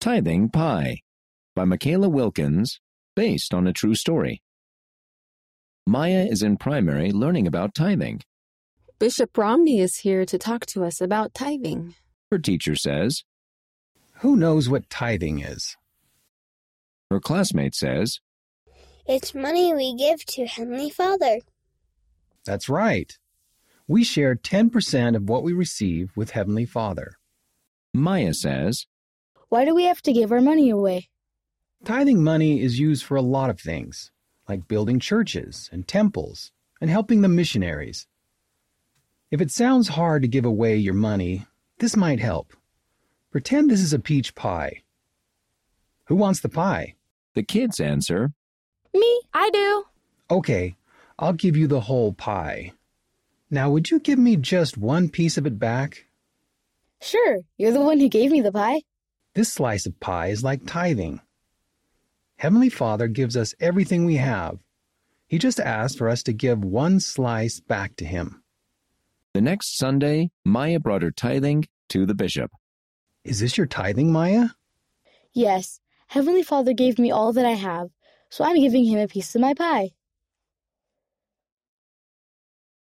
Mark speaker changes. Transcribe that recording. Speaker 1: Tithing Pie by Michaela Wilkins, based on a true story. Maya is in primary learning about tithing.
Speaker 2: Bishop Romney is here to talk to us about tithing.
Speaker 1: Her teacher says,
Speaker 3: Who knows what tithing is?
Speaker 1: her classmate says,
Speaker 4: It's money we give to Heavenly Father.
Speaker 3: That's right. We share 10% of what we receive with Heavenly Father.
Speaker 1: Maya says,
Speaker 5: Why do we have to give our money away?
Speaker 3: Tithing money is used for a lot of things, like building churches and temples and helping the missionaries. If it sounds hard to give away your money, this might help. Pretend this is a peach pie. Who wants the pie?
Speaker 1: the kids answer,
Speaker 5: Me, I do.
Speaker 3: Okay, I'll give you the whole pie. Now, would you give me just one piece of it back?
Speaker 5: Sure, you're the one who gave me the pie.
Speaker 3: This slice of pie is like tithing. Heavenly Father gives us everything we have. He just asked for us to give one slice back to Him.
Speaker 1: The next Sunday, Maya brought her tithing to the bishop.
Speaker 3: Is this your tithing, Maya?
Speaker 5: Yes, Heavenly Father gave me all that I have, so I'm giving him a piece of my pie.